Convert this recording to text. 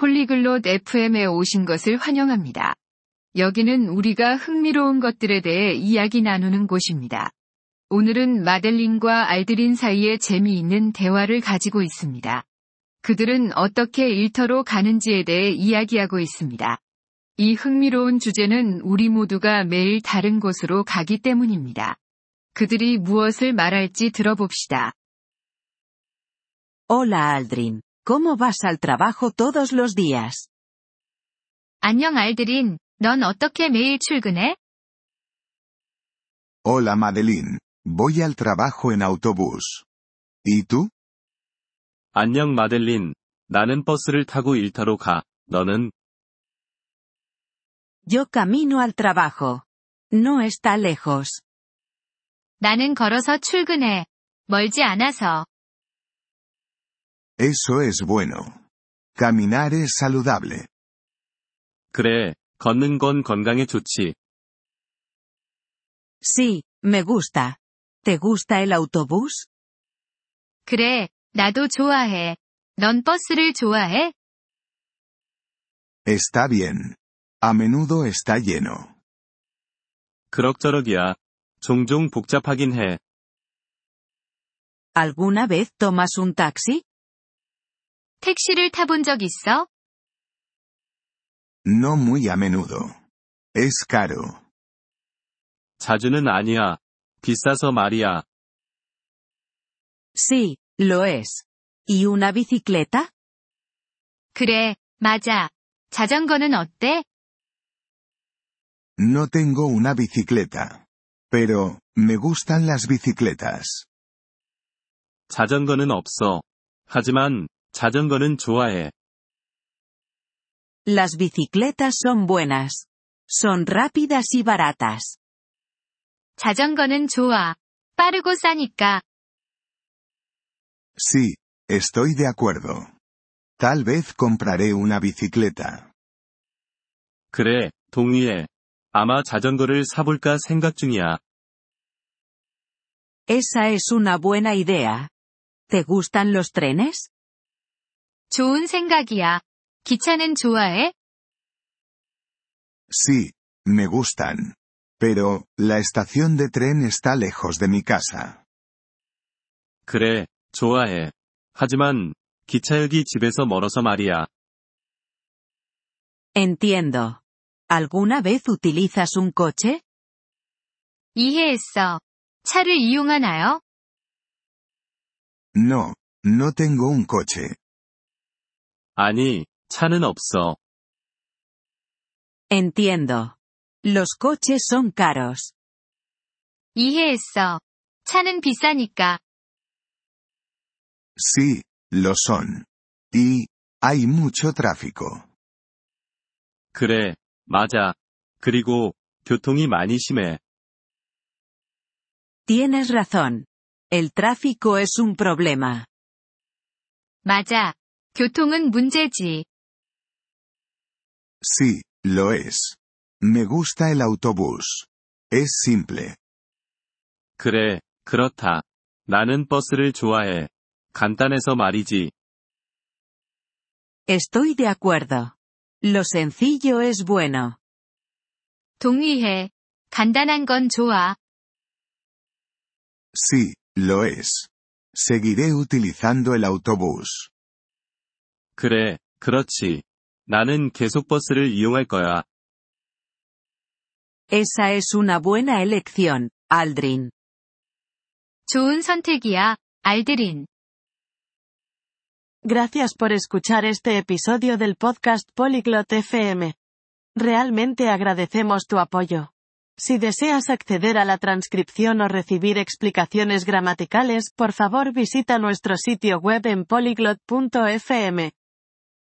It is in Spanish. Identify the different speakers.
Speaker 1: 폴리글롯 FM에 오신 것을 환영합니다. 여기는 우리가 흥미로운 것들에 대해 이야기 나누는 곳입니다. 오늘은 마델린과 알드린 사이에 재미있는 대화를 가지고 있습니다. 그들은 어떻게 일터로 가는지에 대해 이야기하고 있습니다. 이 흥미로운 주제는 우리 모두가 매일 다른 곳으로 가기 때문입니다. 그들이 무엇을 말할지 들어봅시다.
Speaker 2: Hola Aldrin, ¿cómo vas al trabajo todos los días?
Speaker 1: 안녕 알드린, 넌 어떻게 매일 출근해?
Speaker 3: Hola Madeline, voy al trabajo en autobús. ¿Y tú?
Speaker 4: 안녕 마델린. 나는 버스를 타고 일터로 가. 너는?
Speaker 2: Yo camino al trabajo. No está lejos.
Speaker 1: 나는 걸어서 출근해. 멀지 않아서.
Speaker 3: Eso es bueno. Caminar es saludable.
Speaker 4: 그래. 걷는 건 건강에 좋지.
Speaker 2: Sí, me gusta. ¿Te gusta el autobús?
Speaker 1: 그래, 나도 좋아해. 넌 버스를 좋아해?
Speaker 3: Está bien. A menudo está lleno.
Speaker 4: 그럭저럭이야. 종종 복잡하긴 해.
Speaker 2: ¿Alguna vez tomas un taxi?
Speaker 1: 택시를 타본 적 있어?
Speaker 3: No muy a menudo. Es caro.
Speaker 4: 자주는 아니야. 비싸서 말이야.
Speaker 2: Sí, lo es. ¿Y una bicicleta?
Speaker 1: 그래, 맞아. 자전거는 어때?
Speaker 3: No tengo una bicicleta. Pero, me gustan las bicicletas.
Speaker 4: 자전거는 없어. 하지만, 자전거는 좋아해.
Speaker 2: Las bicicletas son buenas. Son rápidas y baratas.
Speaker 1: 자전거는 좋아. 빠르고 싸니까.
Speaker 3: Sí, estoy de acuerdo. Tal vez compraré una bicicleta.
Speaker 4: 그래. 동의해. 아마 자전거를 사볼까 생각 중이야.
Speaker 2: Esa es una buena idea. ¿Te gustan los trenes?
Speaker 1: 좋은 생각이야. 기차는 좋아해?
Speaker 3: Sí, me gustan. Pero, la estación de tren está lejos de mi casa.
Speaker 4: 그래. 좋아해. 하지만, 기차역이 집에서 멀어서 말이야.
Speaker 2: Entiendo. ¿Alguna vez utilizas un coche?
Speaker 1: 이해했어. 차를 이용하나요?
Speaker 3: No, no tengo un coche.
Speaker 4: 아니, 차는 없어.
Speaker 2: Entiendo. Los coches son caros.
Speaker 1: 이해했어. 차는 비싸니까.
Speaker 3: Sí, lo son. Y, hay mucho tráfico.
Speaker 4: 그래. 맞아. 그리고, 교통이 많이 심해.
Speaker 2: Tienes razón. El tráfico es un problema.
Speaker 1: 맞아. 교통은 문제지.
Speaker 3: Sí, lo es. Me gusta el autobús. Es simple.
Speaker 4: 그래, 그렇다. 나는 버스를 좋아해. 간단해서 말이지.
Speaker 2: Estoy de acuerdo. Lo sencillo es bueno.
Speaker 1: 동의해. 간단한 건 좋아.
Speaker 3: Sí, lo es. Seguiré utilizando el autobús.
Speaker 4: 그래, 그렇지. 나는 계속 버스를 이용할 거야.
Speaker 2: Esa es una buena elección, Aldrin.
Speaker 1: 좋은 선택이야. 알드린.
Speaker 5: Gracias por escuchar este episodio del podcast Polyglot FM. Realmente agradecemos tu apoyo. Si deseas acceder a la transcripción o recibir explicaciones gramaticales, por favor visita nuestro sitio web en polyglot.fm.